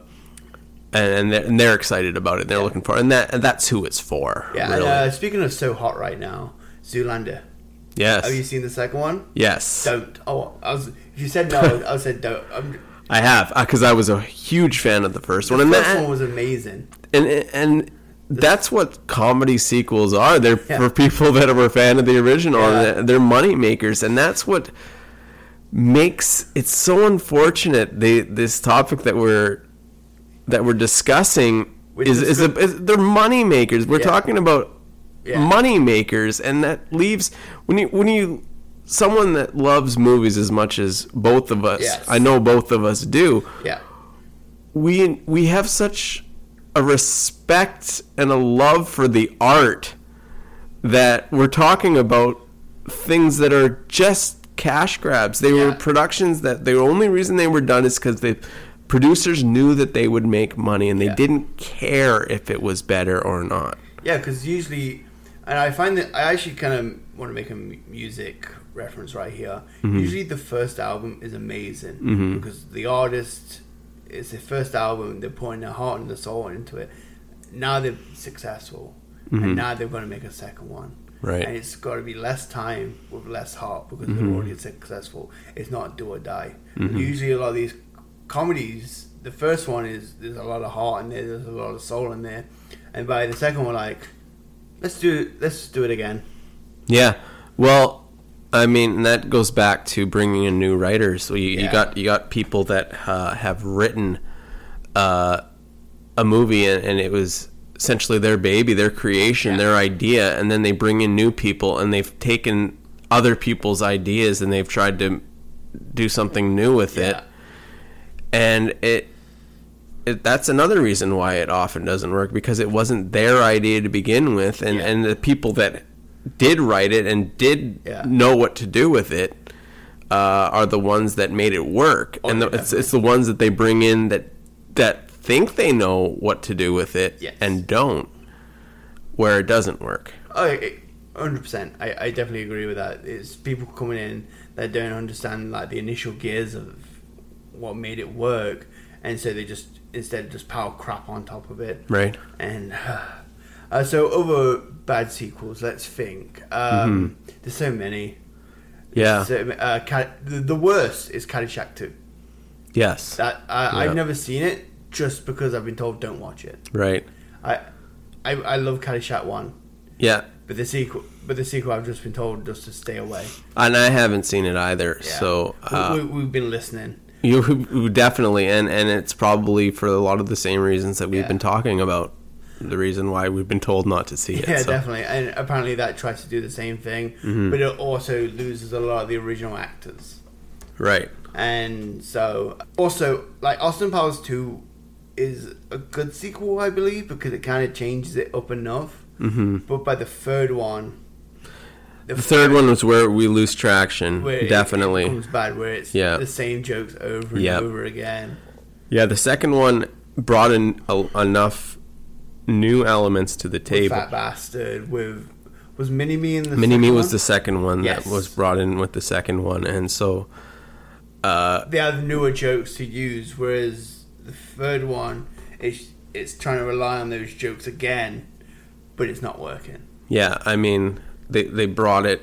and, and, they're, and they're excited about it. They're looking for, it. and that and that's who it's for. Yeah. really. And, uh, speaking of so hot right now, Zoolander. yes, Have you seen the second one? yes, Don't. Oh, I was. If you said no, I would said don't. I'm, I have because I was a huge fan of the first one, the and first that one was amazing. and and. That's what comedy sequels are. They're Yeah. for people that were a fan of the original. Yeah. and They're, they're money makers, and that's what makes it's so unfortunate. They this topic that we're that we're discussing Which is is is, a, is they're money makers. We're Yeah. talking about Yeah. money makers, and that leaves when you when you someone that loves movies as much as both of us. Yes. I know both of us do Yeah. we we have such a respect and a love for the art that we're talking about things that are just cash grabs. They were Yeah. productions that the only reason they were done is because the producers knew that they would make money and they didn't care if it was better or not. Yeah, because usually, and I find that I actually kind of want to make a mu- music reference right here. Usually, the first album is amazing because the artist it's their first album. They're pouring their heart and their soul into it. Now they're successful, and now they're going to make a second one. Right. and it's got to be less time with less heart because they're already successful. It's not do or die. Usually, a lot of these comedies, the first one is there's a lot of heart in there, there's a lot of soul in there, and by the second one, like let's do let's do it again. Yeah. Well, I mean, and that goes back to bringing in new writers. So you, you Yeah. got you got people that uh, have written uh, a movie, and, and it was essentially their baby, their creation, their idea, and then they bring in new people, and they've taken other people's ideas and they've tried to do something new with Yeah. it, and it. It, that's another reason why it often doesn't work because it wasn't their idea to begin with, and, Yeah. and the people that did write it and did Yeah. know what to do with it uh, are the ones that made it work, Oh, and the, it's, it's the ones that they bring in that that think they know what to do with it Yes. and don't, where it doesn't work. Oh, it- 100%. I, I definitely agree with that. It's people coming in that don't understand like the initial gears of what made it work, and so they just instead just pile crap on top of it. Right. And uh, so other bad sequels. Let's think. Um, There's so many. Mm-hmm. Yeah. So, uh, Cad- the, the worst is Caddyshack 2. yes. That I, Yeah. I've never seen it just because I've been told don't watch it. right. I I, I love Caddyshack 1. Yeah. But the sequel, but the sequel, I've just been told just to stay away. And I haven't seen it either, Yeah. so uh, we, we, have been listening. You you definitely, and and it's probably for a lot of the same reasons that we've Yeah. been talking about. The reason why we've been told not to see it. Yeah, so. Mm-hmm. definitely. And apparently that tries to do the same thing, but it also loses a lot of the original actors. Right. And so, also, like Austin Powers Two is a good sequel, I believe, because it kind of changes it up enough. Mm-hmm. But by the third one, The third one was where we lose traction. where it- definitely. it becomes bad, where it's Yeah. the same jokes over and Yeah. over again. yeah, the second one brought in a, enough new elements to the table. Fat bastard with was Mini Me in the Mini Me second was one? the second one Yes. that was brought in with the second one, and so they have newer jokes to use, whereas the third one is it's trying to rely on those jokes again, but it's not working. Yeah, I mean, they they brought it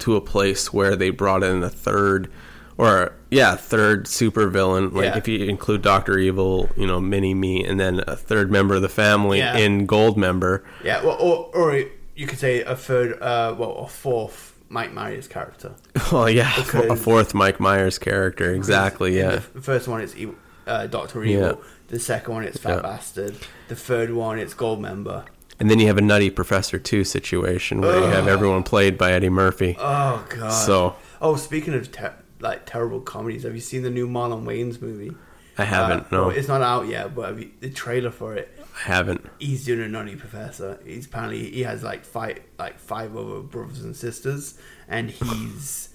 to a place where they brought in a third, or yeah, third supervillain. Like Yeah. if you include Doctor Evil, you know, Mini Me, and then a third member of the family Yeah. in Gold Member. Yeah, well, or or you could say a third, uh, well, a fourth Mike Myers character. Well, yeah, a Because- fourth Mike Myers character, exactly. In Yeah, the f- first one it's evil, uh, Doctor Evil. Yeah. The second one it's Fat Yeah. Bastard. The third one it's Goldmember. and then you have a nutty Professor Two situation where you have everyone played by Eddie Murphy. Oh god. So- Oh, speaking of ter- like terrible comedies, have you seen the new Marlon Wayans movie? I haven't, Uh, no, well, it's not out yet, but have you, the trailer for it. I haven't. he's doing a nutty professor. He's apparently he has like five like five other brothers and sisters, and he's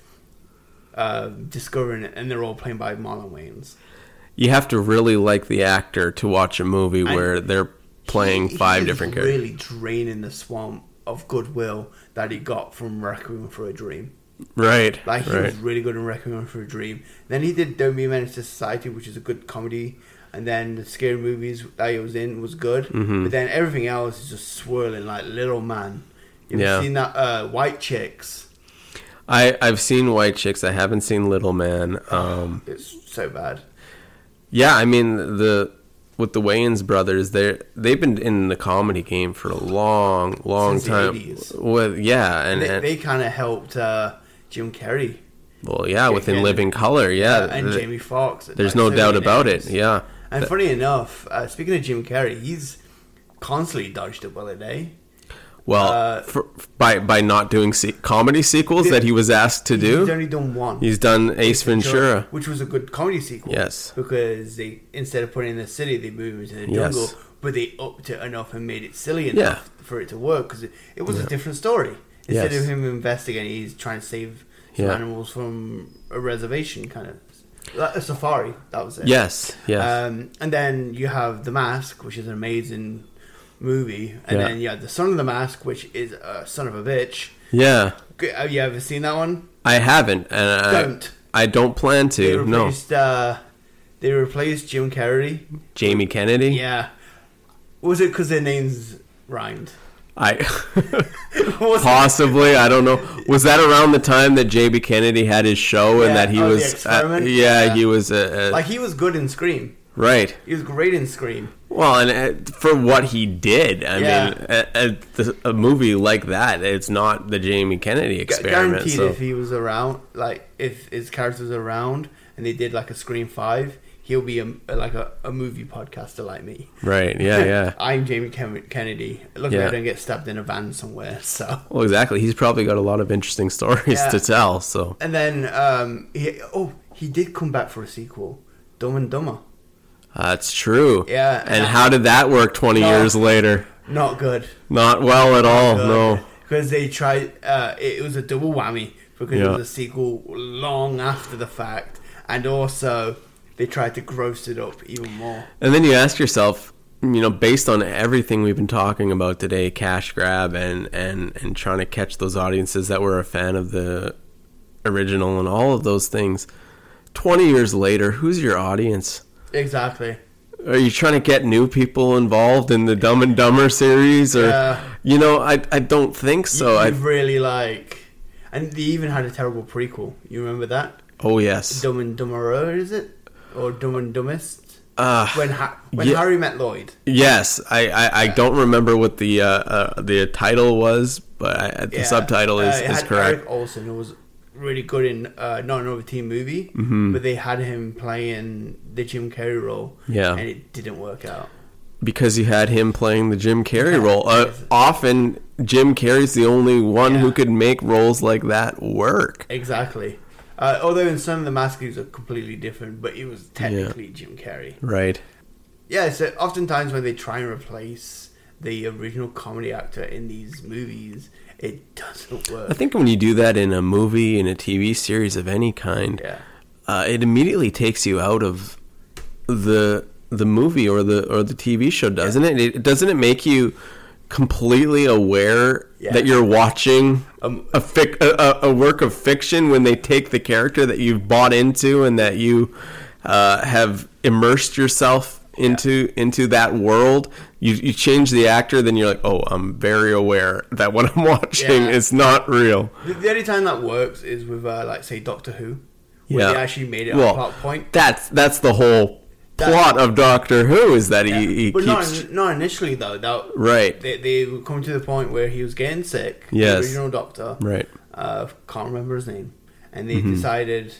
um discovering it, and they're all playing by Marlon Wayans. You have to really like the actor to watch a movie I- where they're playing He- five he's different characters. Really draining the swamp of goodwill that he got from Requiem for a Dream. Right. Like he right. was really good in Requiem for a Dream. Then he did Don't Be a Menace to Society, which is a good comedy. And then the scary movies that he was in was good. Mm-hmm. But then everything else is just swirling like Little Man. You've Yeah. seen that uh, White Chicks. I I've seen White Chicks. I haven't seen Little Man. Um, It's so bad. yeah, I mean the with the Wayans brothers, they are they've been in the comedy game for a long, long Since the time. 80s. With yeah, and, They, and- they kind of helped uh, Jim Carrey well, yeah, within and- Living Color, yeah. Uh, and the- Jamie Foxx. Uh, there's Like, no so doubt many about names. it. Yeah, And funny enough, uh, speaking of Jim Carrey, he's constantly dodged a bullet, eh? well, uh, for, by by not doing se- comedy sequels that he was asked to He's do, only done one. he's done Ace Ventura. Which was a good comedy sequel. Yes. Because they instead of putting in the city, they moved into the Yes. jungle, but they upped it enough and made it silly Yeah. enough for it to work because it, it was a different story. Instead Yes. of him investigating, he's trying to save some Yeah. animals from a reservation, kind of like a safari. That was it. Yes, yes. Um, and then you have The Mask, which is an amazing movie, and Yeah. then you have The Son of the Mask, which is a son of a bitch. yeah, G- Have you ever seen that one? I haven't, and I Don't. I don't plan They to. No, replaced uh, they replaced Jim Carrey. Jamie Kennedy. Yeah, was it because their names rhymed? I Was it- possibly I don't know. Was that around the time that Jamie Kennedy had his show and Yeah, that he oh, the was? uh, experiment? yeah, Yeah. he was. Uh, uh, Like he was good in Scream. right. He was great in Scream. Well, and uh, for what he did, I Yeah. mean, a, a, the- a movie like that, it's not the Jamie Kennedy Gu- experiment. guaranteed, so. if he was around, like if his character was around, and they did like a Scream Five, he'll be a, like a, a movie podcaster like me. right? Yeah, yeah. I'm Jamie Ken- Kennedy. Look, Yeah. I don't get stabbed in a van somewhere. So, Well, exactly. He's probably got a lot of interesting stories Yeah. to tell. So and then um, he, oh, he did come back for a sequel, Dumb and Dumber. that's uh, true. Yeah, And and how did that work 20 No. years later? Not good. Not well at all. No. because they tried. Uh, it, it was a double whammy because Yeah. it was a sequel long after the fact, and also they tried to gross it up even more. And then you ask yourself, you know, based on everything we've been talking about today, cash grab and and and trying to catch those audiences that were a fan of the original and all of those things. 20 years later, who's your audience? Exactly. Are you trying to get new people involved in the Dumb and Dumber series or Yeah. you know, I I don't think so. you, I you've really like, and they even had a terrible prequel. You remember that? Oh yes. Dumb and Dumberer, is it? Or Dumb and Dumbest? Ah, when ha- when yeah. Harry met Lloyd. Yes, I, I, I don't remember what the uh, uh, the title was, but I, the Yeah. subtitle is, Uh, it is had correct. Eric Olsen, who was really good in uh, not another teen movie, Mm-hmm. but they had him playing the Jim Carrey role. Yeah. and it didn't work out. because you had him playing the Jim Carrey role. Uh, Yes. often, Jim Carrey's the only one who Yeah. could make roles like that work. Exactly. Uh, although in some of the mask he was completely different, but it was technically Jim Carrey. Right. Yeah, so oftentimes when they try and replace the original comedy actor in these movies, it doesn't work. I think when you do that in a movie, in a TV series of any kind, Yeah. uh, it immediately takes you out of the the movie or the or the TV show, doesn't it? it? Doesn't it make you completely aware Yeah. that you're watching Um, a, fic- a a a work of fiction when they take the character that you've bought into and that you uh, have immersed yourself into into that world? You you change the actor, then you're like, oh, I'm very aware that what I'm watching Yeah. is not real. The, the only time that works is with, uh, like, say, Doctor Who, where they actually made it Well, a plot point. That's that's the whole That- plot of Doctor Who is that he, he but keeps not not initially though. That Right. They they were coming to the point where he was getting sick. Yes. The original doctor. Right. Mm-hmm. Uh, can't remember his name, and they decided,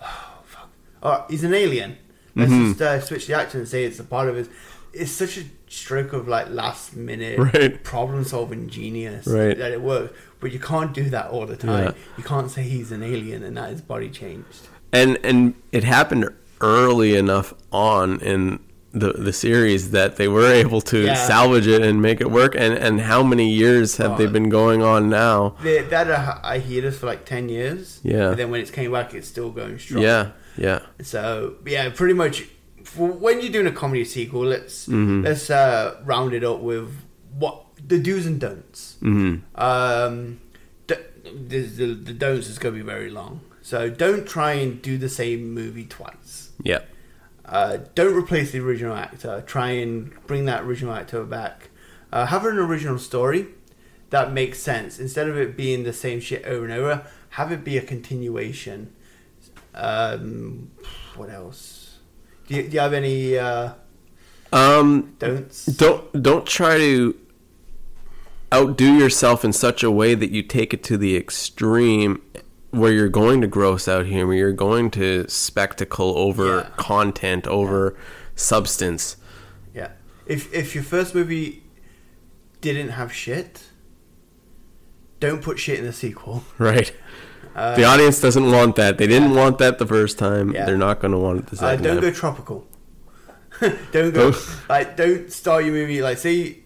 oh fuck, oh, he's an alien. Let's Mm-hmm. just uh, switch the actor and say it's a part of his. It's such a stroke of like last minute Right. problem solving genius Right. that it works. But you can't do that all the time. Yeah. You can't say he's an alien and that his body changed. and and it happened early enough on in the the series that they were able to Yeah. salvage it and make it work. And and how many years have they Oh. been going on now? They, that uh, I hear this for like ten years. Yeah. And then when it's came back, it's still going strong. Yeah, yeah, So yeah, pretty much. For when you're doing a comedy sequel, let's let's uh, round it up with what the do's and don'ts. Mm-hmm. Um, d- the, the, the don'ts is going to be very long, so don't try and do the same movie twice. yeah. Uh, don't replace the original actor. Try and bring that original actor back. Uh, have an original story that makes sense instead of it being the same shit over and over. Have it be a continuation. Um, what else? Do you, do you have any uh, Um, don'ts? don't don't try to outdo yourself in such a way that you take it to the extreme where you're going to gross out humor you're going to spectacle over Yeah. content over substance Yeah. If if your first movie didn't have shit, don't put shit in the sequel. right the audience doesn't want that they didn't want that the first time Uh, Yeah. they're not going to want it the Uh, second don't go time tropical. don't go Both. like don't start your movie like say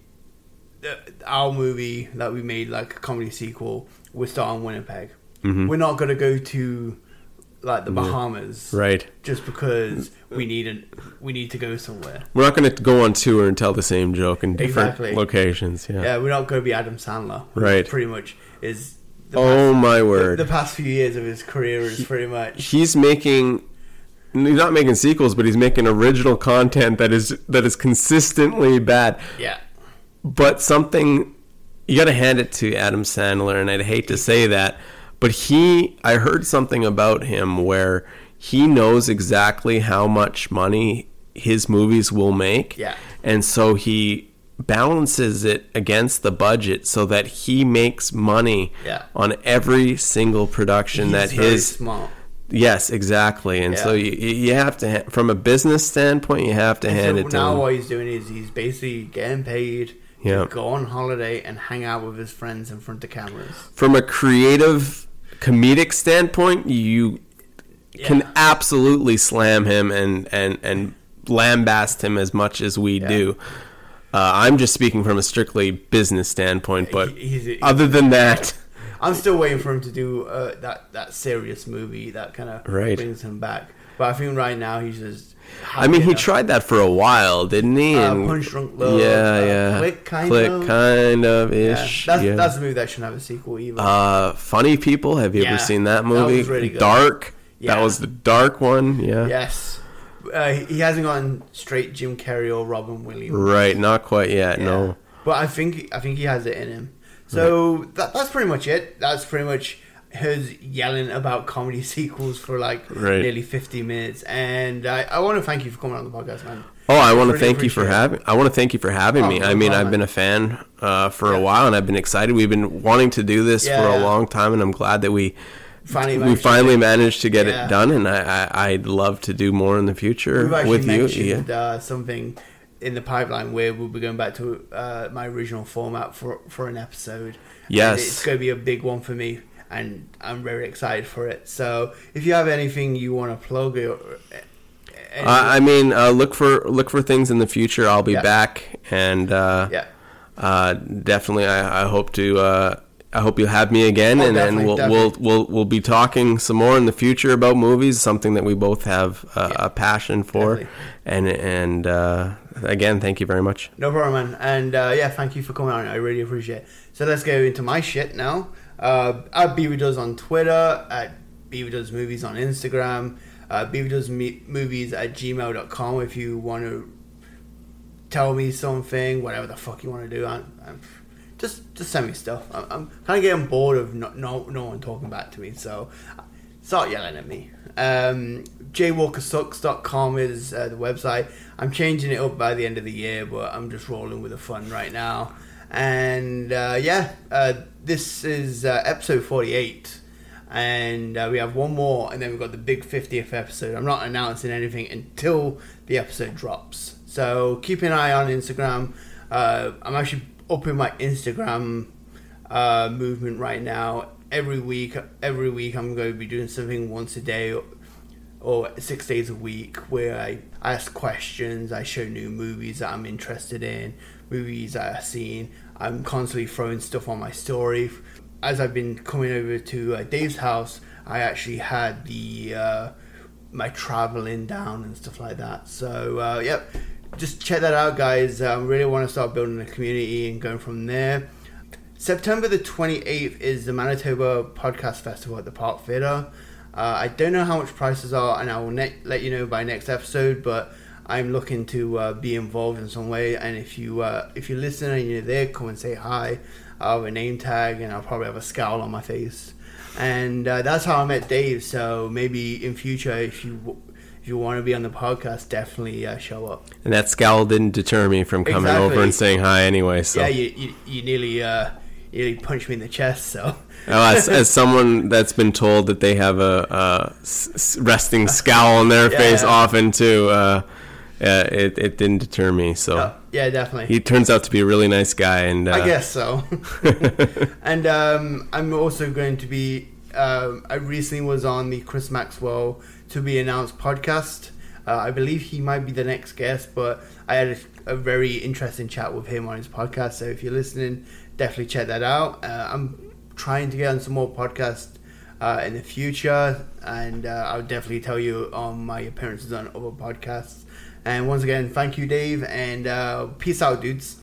uh, our movie that we made like a comedy sequel would start in Winnipeg. Mm-hmm. We're not gonna go to like the Bahamas, Right. Just because we need a, we need to go somewhere. We're not going to go on tour and tell the same joke in different Exactly. locations. Yeah. Yeah, we're not gonna be Adam Sandler, which Right. Pretty much is. The Oh past- my word. The past few years of his career is pretty much he's making he's not making sequels but he's making original content that is that is consistently bad yeah. but something you gotta hand it to adam sandler and i'd hate to say that but he i heard something about him where he knows exactly how much money his movies will make Yeah. and so he balances it against the budget so that he makes money Yeah. on every single production He's that very his smart. Yes, exactly. And so Yeah. you you have to ha- from a business standpoint, you have to hand so it to now him. what he's doing is he's basically getting paid Yeah. to go on holiday and hang out with his friends in front of cameras. from a creative comedic standpoint, you Yeah. can absolutely slam him and and and lambast him as much as we do. Uh, I'm just speaking from a strictly business standpoint, but He- he's a- other than that, I'm still waiting for him to do uh, that that serious movie that kind of Right. brings him back. But I think right now he's just. I mean, he happy tried that for a while, didn't he? Uh, And- Punch Drunk Love, yeah, uh, yeah, Click, kind of. enough. Yeah. ish. That's that's a movie that shouldn't have a sequel either. Uh, Funny People. Have you Yeah, ever seen that that was movie? really good. Dark. Yeah. That was the dark one. Yeah. yes, uh, he he hasn't gone straight Jim Carrey or Robin Williams. Right. Not quite yet. Yeah. No. But I think I think he has it in him. So that, that's pretty much it. That's pretty much his yelling about comedy sequels for like Right. nearly 50 minutes. And I, I want to thank you for coming on the podcast, man. Oh, I want to Really thank you for appreciate it. having. I want to thank you for having Oh, me. no I mean, problem. I've been a fan uh, for a while, and I've been excited. We've been wanting to do this Yeah, for a yeah. long time, and I'm glad that we Finally we managed to finally managed to get Yeah. it done. And I, I I'd love to do more in the future We've actually with you. Yeah. mentioned uh, something in the pipeline where we'll be going back to uh, my original format for for an episode. Yes. And it's going to be a big one for me, and I'm very excited for it. So if you have anything you want to plug or. uh, I, I mean, uh, look for look for things in the future. I'll be Yeah. back, and uh, Yeah. uh, definitely. I, I hope to. Uh, I hope you'll have me again, Oh, and, and definitely, we'll, we'll definitely. we'll we'll be talking some more in the future about movies. Something that we both have uh, a passion for, Definitely. and and uh, again, thank you very much. No problem, man. And uh, yeah, thank you for coming on. I really appreciate it. So let's go into my shit now. Uh, at Beaver Does on Twitter, at Beaver Does Movies on Instagram, uh, Beaver Does me- Movies at gmail.com if you want to tell me something, whatever the fuck you want to do. I'm, I'm, just just send me stuff. I'm, I'm kind of getting bored of no, no, no one talking back to me, so start yelling at me. Um, jaywalkersucks.com is uh, the website. I'm changing it up by the end of the year, but I'm just rolling with the fun right now. And uh, yeah, uh, this is uh, episode 48. And uh, we have one more, and then we've got the big 50th episode. I'm not announcing anything until the episode drops. So keep an eye on Instagram. Uh, I'm actually upping my Instagram uh, movement right now. Every week, every week, I'm going to be doing something once a day or, or six days a week where I ask questions, I show new movies that I'm interested in, movies that I've seen. I'm constantly throwing stuff on my story. As I've been coming over to uh, Dave's house, I actually had the uh, my traveling down and stuff like that. So uh, yep, just check that out, guys. I um, really want to start building a community and going from there. September the 28th is the Manitoba Podcast Festival at the Park Theatre. Uh, I don't know how much prices are, and I will ne- let you know by next episode. But I'm looking to uh, be involved in some way. And if you uh, if you listen and you're there, come and say hi. I'll have a name tag, and I'll probably have a scowl on my face. And uh, that's how I met Dave. So maybe in future, if you w- if you want to be on the podcast, definitely uh, show up. And that scowl didn't deter me from coming Exactly. over and saying hi anyway. So. Yeah, you you, you nearly uh, you nearly punched me in the chest. So. Oh, as, as someone that's been told that they have a, uh s- s- resting scowl on their face yeah. often too, uh, uh, it, it didn't deter me. So yeah, definitely. he turns out to be a really nice guy, and uh, I guess so. and um, I'm also going to be. Um, I recently was on the Chris Maxwell to be announced podcast. Uh, I believe he might be the next guest, but I had a, a very interesting chat with him on his podcast. So if you're listening, definitely check that out. Uh, I'm trying to get on some more podcasts uh, in the future, and uh, I'll definitely tell you on my appearances on other podcasts. And once again, thank you, Dave, and uh, peace out, dudes.